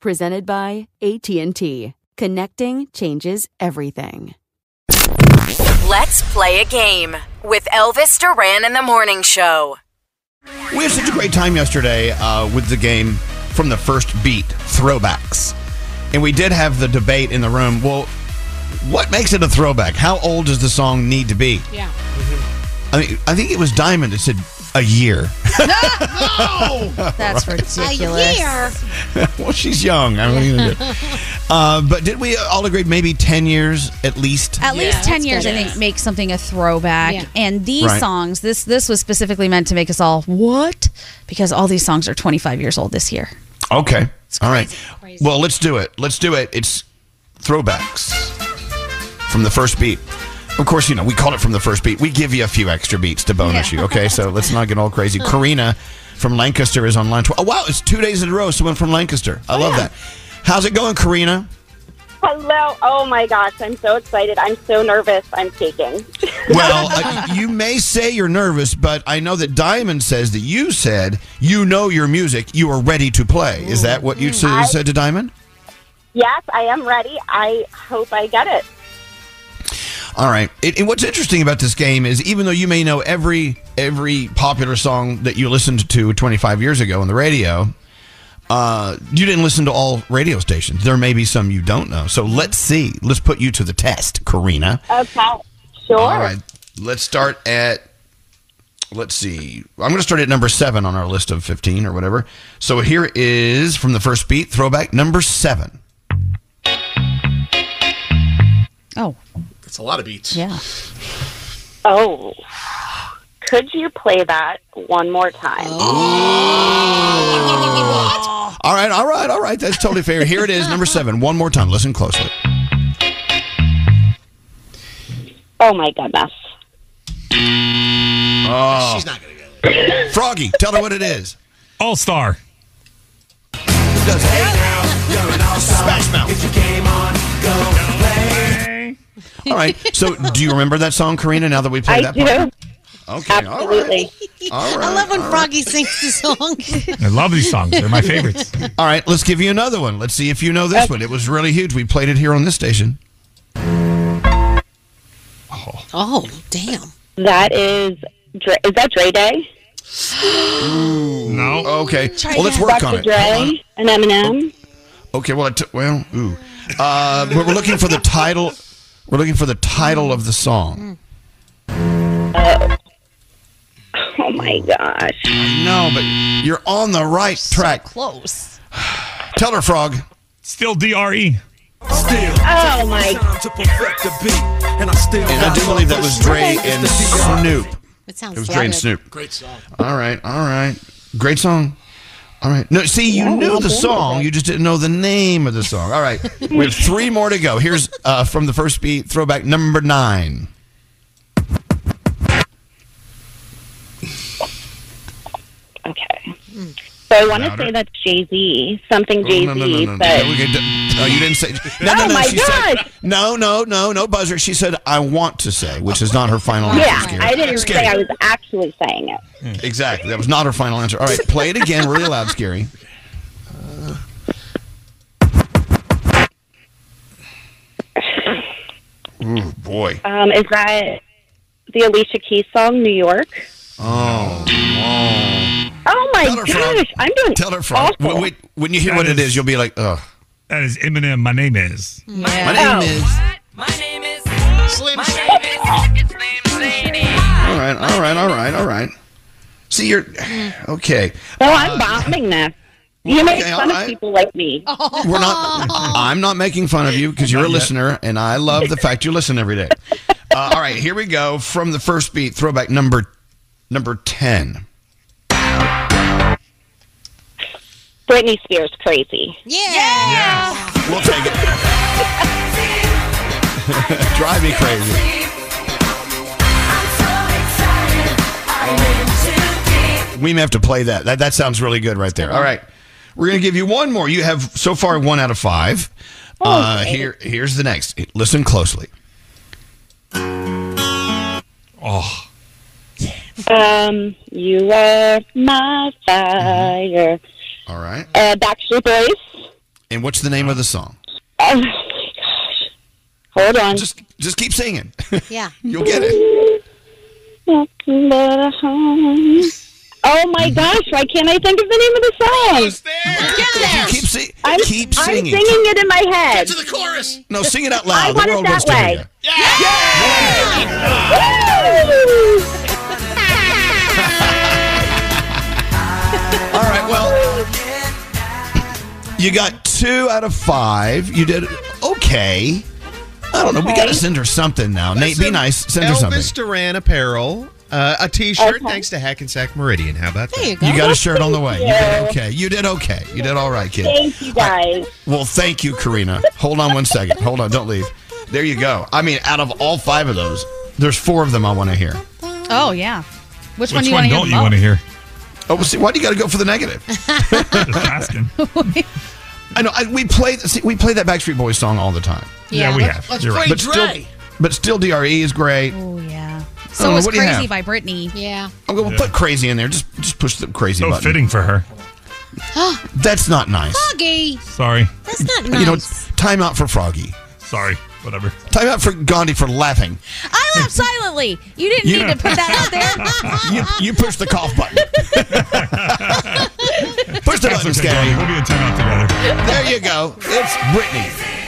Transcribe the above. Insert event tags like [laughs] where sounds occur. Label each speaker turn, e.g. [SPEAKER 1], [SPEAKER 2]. [SPEAKER 1] presented by AT&T. Connecting changes everything.
[SPEAKER 2] Let's play a game with Elvis Duran in the Morning Show.
[SPEAKER 3] We had such a great time yesterday uh, with the game from the first beat, throwbacks. And we did have the debate in the room well, what makes it a throwback? How old does the song need to be? Mm-hmm.
[SPEAKER 4] Yeah.
[SPEAKER 3] I, mean, I think it was Diamond that said a
[SPEAKER 5] [laughs]
[SPEAKER 3] year.
[SPEAKER 5] That's
[SPEAKER 3] Right.
[SPEAKER 5] ridiculous.
[SPEAKER 3] [laughs] well, she's young. I mean,
[SPEAKER 5] [laughs]
[SPEAKER 3] uh, but did we all agree maybe 10 years at least?
[SPEAKER 5] At least ten
[SPEAKER 6] that's
[SPEAKER 5] years, I
[SPEAKER 6] better.
[SPEAKER 5] think, makes something a throwback.
[SPEAKER 4] Yeah.
[SPEAKER 5] And these
[SPEAKER 3] Right.
[SPEAKER 5] songs, this this was specifically meant to make us all what? Because all these songs are twenty five years old this year.
[SPEAKER 3] Okay. All right. Well, let's do it. Let's do it. It's throwbacks from the first beat. Of course, you know, we called it from the first beat. We give you a few extra beats to bonus you. Okay. So let's not get all crazy. Karina from Lancaster is on line 12. Oh, wow. It's two days in a row. Someone from Lancaster. I love that. How's it going, Karina?
[SPEAKER 7] Hello. Oh my gosh, I'm so excited. I'm so nervous. I'm shaking.
[SPEAKER 3] Well, uh, you may say you're nervous, but I know that Diamond says that you said you know your music. You are ready to play. Is that what you s- said to Diamond?
[SPEAKER 7] yes, I am ready. I hope I get it.
[SPEAKER 3] All right. It, and what's interesting about this game is even though you may know every every popular song that you listened to 25 years ago on the radio, uh, you didn't listen to all radio stations. There may be some you don't know. So let's see. Let's put you to the test, Karina.
[SPEAKER 7] Okay. Sure.
[SPEAKER 3] All right. Let's start at. Let's see. I'm going to start at number seven on our list of 15 or whatever. So here is from the first beat throwback number seven.
[SPEAKER 5] Oh,
[SPEAKER 6] It's a lot of beats.
[SPEAKER 5] yeah.
[SPEAKER 7] Oh. Could you play that one more time?
[SPEAKER 3] Oh. All right, all right, all right. That's totally fair. Here it is, number seven. One more time. Listen closely.
[SPEAKER 7] Oh my goodness.
[SPEAKER 6] She's not gonna get it.
[SPEAKER 3] Froggy, tell her what it is.
[SPEAKER 8] All Star.
[SPEAKER 3] Smash Mouth. All right. So, do you remember that song, Karina? Now that we played
[SPEAKER 7] I
[SPEAKER 3] that
[SPEAKER 7] do.
[SPEAKER 3] part? Okay.
[SPEAKER 7] Absolutely.
[SPEAKER 3] All right. All right.
[SPEAKER 4] I love when Froggy sings the song.
[SPEAKER 8] I love these songs. They're my favorites.
[SPEAKER 3] All right. Let's give you another one. Let's see if you know this one. It was really huge. We played it here on this station.
[SPEAKER 4] [laughs] oh, damn.
[SPEAKER 7] That is. Dre, is that Dre Day?
[SPEAKER 8] No.
[SPEAKER 3] Okay. Well, let's work on
[SPEAKER 7] Dr.
[SPEAKER 3] it. Hold on.
[SPEAKER 7] Dre and Eminem.
[SPEAKER 3] Okay. Well, it took well, ooh. Uh, but we're looking for the title. We're looking for the title of the song.
[SPEAKER 7] Oh my gosh.
[SPEAKER 3] No, but you're on the right track.
[SPEAKER 5] Close.
[SPEAKER 3] Tell her, Frog.
[SPEAKER 8] Still E. DRE.
[SPEAKER 7] Oh my.
[SPEAKER 3] And I still. do believe that was Dre
[SPEAKER 7] Okay.
[SPEAKER 3] and Snoop.
[SPEAKER 4] It sounds
[SPEAKER 3] It was
[SPEAKER 4] so
[SPEAKER 3] Dre and
[SPEAKER 4] good.
[SPEAKER 3] Snoop. Great song. All right, all right. Great song. All right. No, see, you knew the song. You just didn't know the name of the song. All
[SPEAKER 7] [laughs]
[SPEAKER 3] right. We have three more to go. Here's uh, from the first beat throwback number nine.
[SPEAKER 7] Okay. So I want to
[SPEAKER 3] Louder. Oh,
[SPEAKER 7] say that's Jay Z, something Jay Z,
[SPEAKER 3] no, no, no, no.
[SPEAKER 7] but
[SPEAKER 3] No, we could- no, you didn't say. No, no,
[SPEAKER 7] Oh
[SPEAKER 3] no.
[SPEAKER 7] my
[SPEAKER 3] she
[SPEAKER 7] gosh.
[SPEAKER 3] Said, no, no, no, no buzzer. She said, "I want to say," which is not her final
[SPEAKER 7] yeah,
[SPEAKER 3] answer. Scary.
[SPEAKER 7] I didn't
[SPEAKER 3] Scary.
[SPEAKER 7] say I was actually saying it.
[SPEAKER 3] Exactly. That was not her final answer. All right, play it again, really loud, scary. Uh. Ooh, boy.
[SPEAKER 7] Um, is that the Alicia Keys song, New York?
[SPEAKER 3] Oh, oh.
[SPEAKER 7] Oh my
[SPEAKER 3] Tell her, Frog.
[SPEAKER 7] gosh, I'm doing
[SPEAKER 3] Tell her, Frog.
[SPEAKER 7] awful.
[SPEAKER 3] Wait, wait, when you hear what it is, you'll be like, ugh.
[SPEAKER 8] That is Eminem. My name is.
[SPEAKER 3] My name is.
[SPEAKER 6] Slim Shady.
[SPEAKER 3] All right, all right, all right, all right. See, you're. [sighs] Okay.
[SPEAKER 7] No, I'm bombing this. You make
[SPEAKER 3] uh, okay,
[SPEAKER 7] fun
[SPEAKER 3] all right.
[SPEAKER 7] of people like me.
[SPEAKER 3] We're not. I'm not making fun of you because you're a listener, and I love the fact you listen every day. Uh, all right, here we go from the first beat throwback number number ten.
[SPEAKER 7] Britney Spears, crazy.
[SPEAKER 4] Yeah.
[SPEAKER 3] We'll take it. [laughs] Drive me crazy. We may have to play that. That that sounds really good right there. All right. We're gonna give you one more. You have so far one out of five. Uh, here here's the next. Listen closely.
[SPEAKER 8] Oh,
[SPEAKER 7] Um, you are my fire.
[SPEAKER 3] All right.
[SPEAKER 7] Uh, Backstreet Boys.
[SPEAKER 3] And what's the name of the song?
[SPEAKER 7] Oh my gosh. Hold on.
[SPEAKER 3] Just just keep singing. [laughs]
[SPEAKER 4] Yeah.
[SPEAKER 3] You'll get it.
[SPEAKER 7] Oh my
[SPEAKER 3] [laughs]
[SPEAKER 7] gosh, why can't I think of the name of the song?
[SPEAKER 3] You keep sing,
[SPEAKER 7] I'm,
[SPEAKER 3] keep
[SPEAKER 7] I'm
[SPEAKER 3] singing.
[SPEAKER 7] singing it in my head.
[SPEAKER 6] To the chorus.
[SPEAKER 3] No, sing it out
[SPEAKER 7] I
[SPEAKER 3] loud.
[SPEAKER 7] want
[SPEAKER 3] the
[SPEAKER 7] it
[SPEAKER 3] world
[SPEAKER 7] that
[SPEAKER 3] wants to
[SPEAKER 7] way.
[SPEAKER 3] hear you. All right, well, you got two out of five. You did okay. I don't know. We got to send her something now. Nate, be nice. Send her
[SPEAKER 9] Elvis
[SPEAKER 3] something.
[SPEAKER 9] Duran apparel, uh, a T-shirt.
[SPEAKER 7] Okay.
[SPEAKER 9] Thanks to Hackensack Meridian. How about
[SPEAKER 4] There
[SPEAKER 9] that?
[SPEAKER 4] you go.
[SPEAKER 3] You got a shirt on the way. You did
[SPEAKER 7] you.
[SPEAKER 3] okay. You did okay. You did all right, kid.
[SPEAKER 7] Thank you guys.
[SPEAKER 3] Well, thank you, Karina. Hold on one second. Hold on. Don't leave. There you go. I mean, out of all five of those, there's four of them I want to hear.
[SPEAKER 5] Oh, yeah. Which, one do you
[SPEAKER 8] which one
[SPEAKER 5] want to
[SPEAKER 8] don't you want to hear?
[SPEAKER 3] Oh, well, see, why do you got to go for the negative?
[SPEAKER 8] Just
[SPEAKER 5] [laughs]
[SPEAKER 8] asking. yeah,
[SPEAKER 3] I know. I, we play. See, we play that Backstreet Boys song all the time.
[SPEAKER 8] we have.
[SPEAKER 6] Let's
[SPEAKER 8] You're
[SPEAKER 6] play
[SPEAKER 8] right.
[SPEAKER 3] But
[SPEAKER 6] Dre.
[SPEAKER 3] still, but still, Dre is great.
[SPEAKER 5] Oh, yeah.
[SPEAKER 3] I don't
[SPEAKER 5] So
[SPEAKER 3] know,
[SPEAKER 5] was
[SPEAKER 3] what do you
[SPEAKER 5] Crazy
[SPEAKER 3] have?
[SPEAKER 5] by Britney.
[SPEAKER 4] Yeah.
[SPEAKER 3] I'm going to
[SPEAKER 8] Yeah.
[SPEAKER 3] put crazy in there. Just just push the crazy
[SPEAKER 8] So
[SPEAKER 3] button.
[SPEAKER 8] fitting for her.
[SPEAKER 3] That's not nice.
[SPEAKER 4] Froggy.
[SPEAKER 8] Sorry.
[SPEAKER 4] That's not nice.
[SPEAKER 3] You know, time out for Froggy.
[SPEAKER 8] Sorry. Whatever.
[SPEAKER 3] Time out for Gandhi for laughing.
[SPEAKER 5] I laughed silently. You didn't
[SPEAKER 8] You-
[SPEAKER 5] need to put that out there.
[SPEAKER 3] You, you push the cough button. [laughs] push the button,
[SPEAKER 8] That's okay, Donnie.
[SPEAKER 3] Scary.
[SPEAKER 8] We'll be in timeout together.
[SPEAKER 3] There you go. It's Brittany.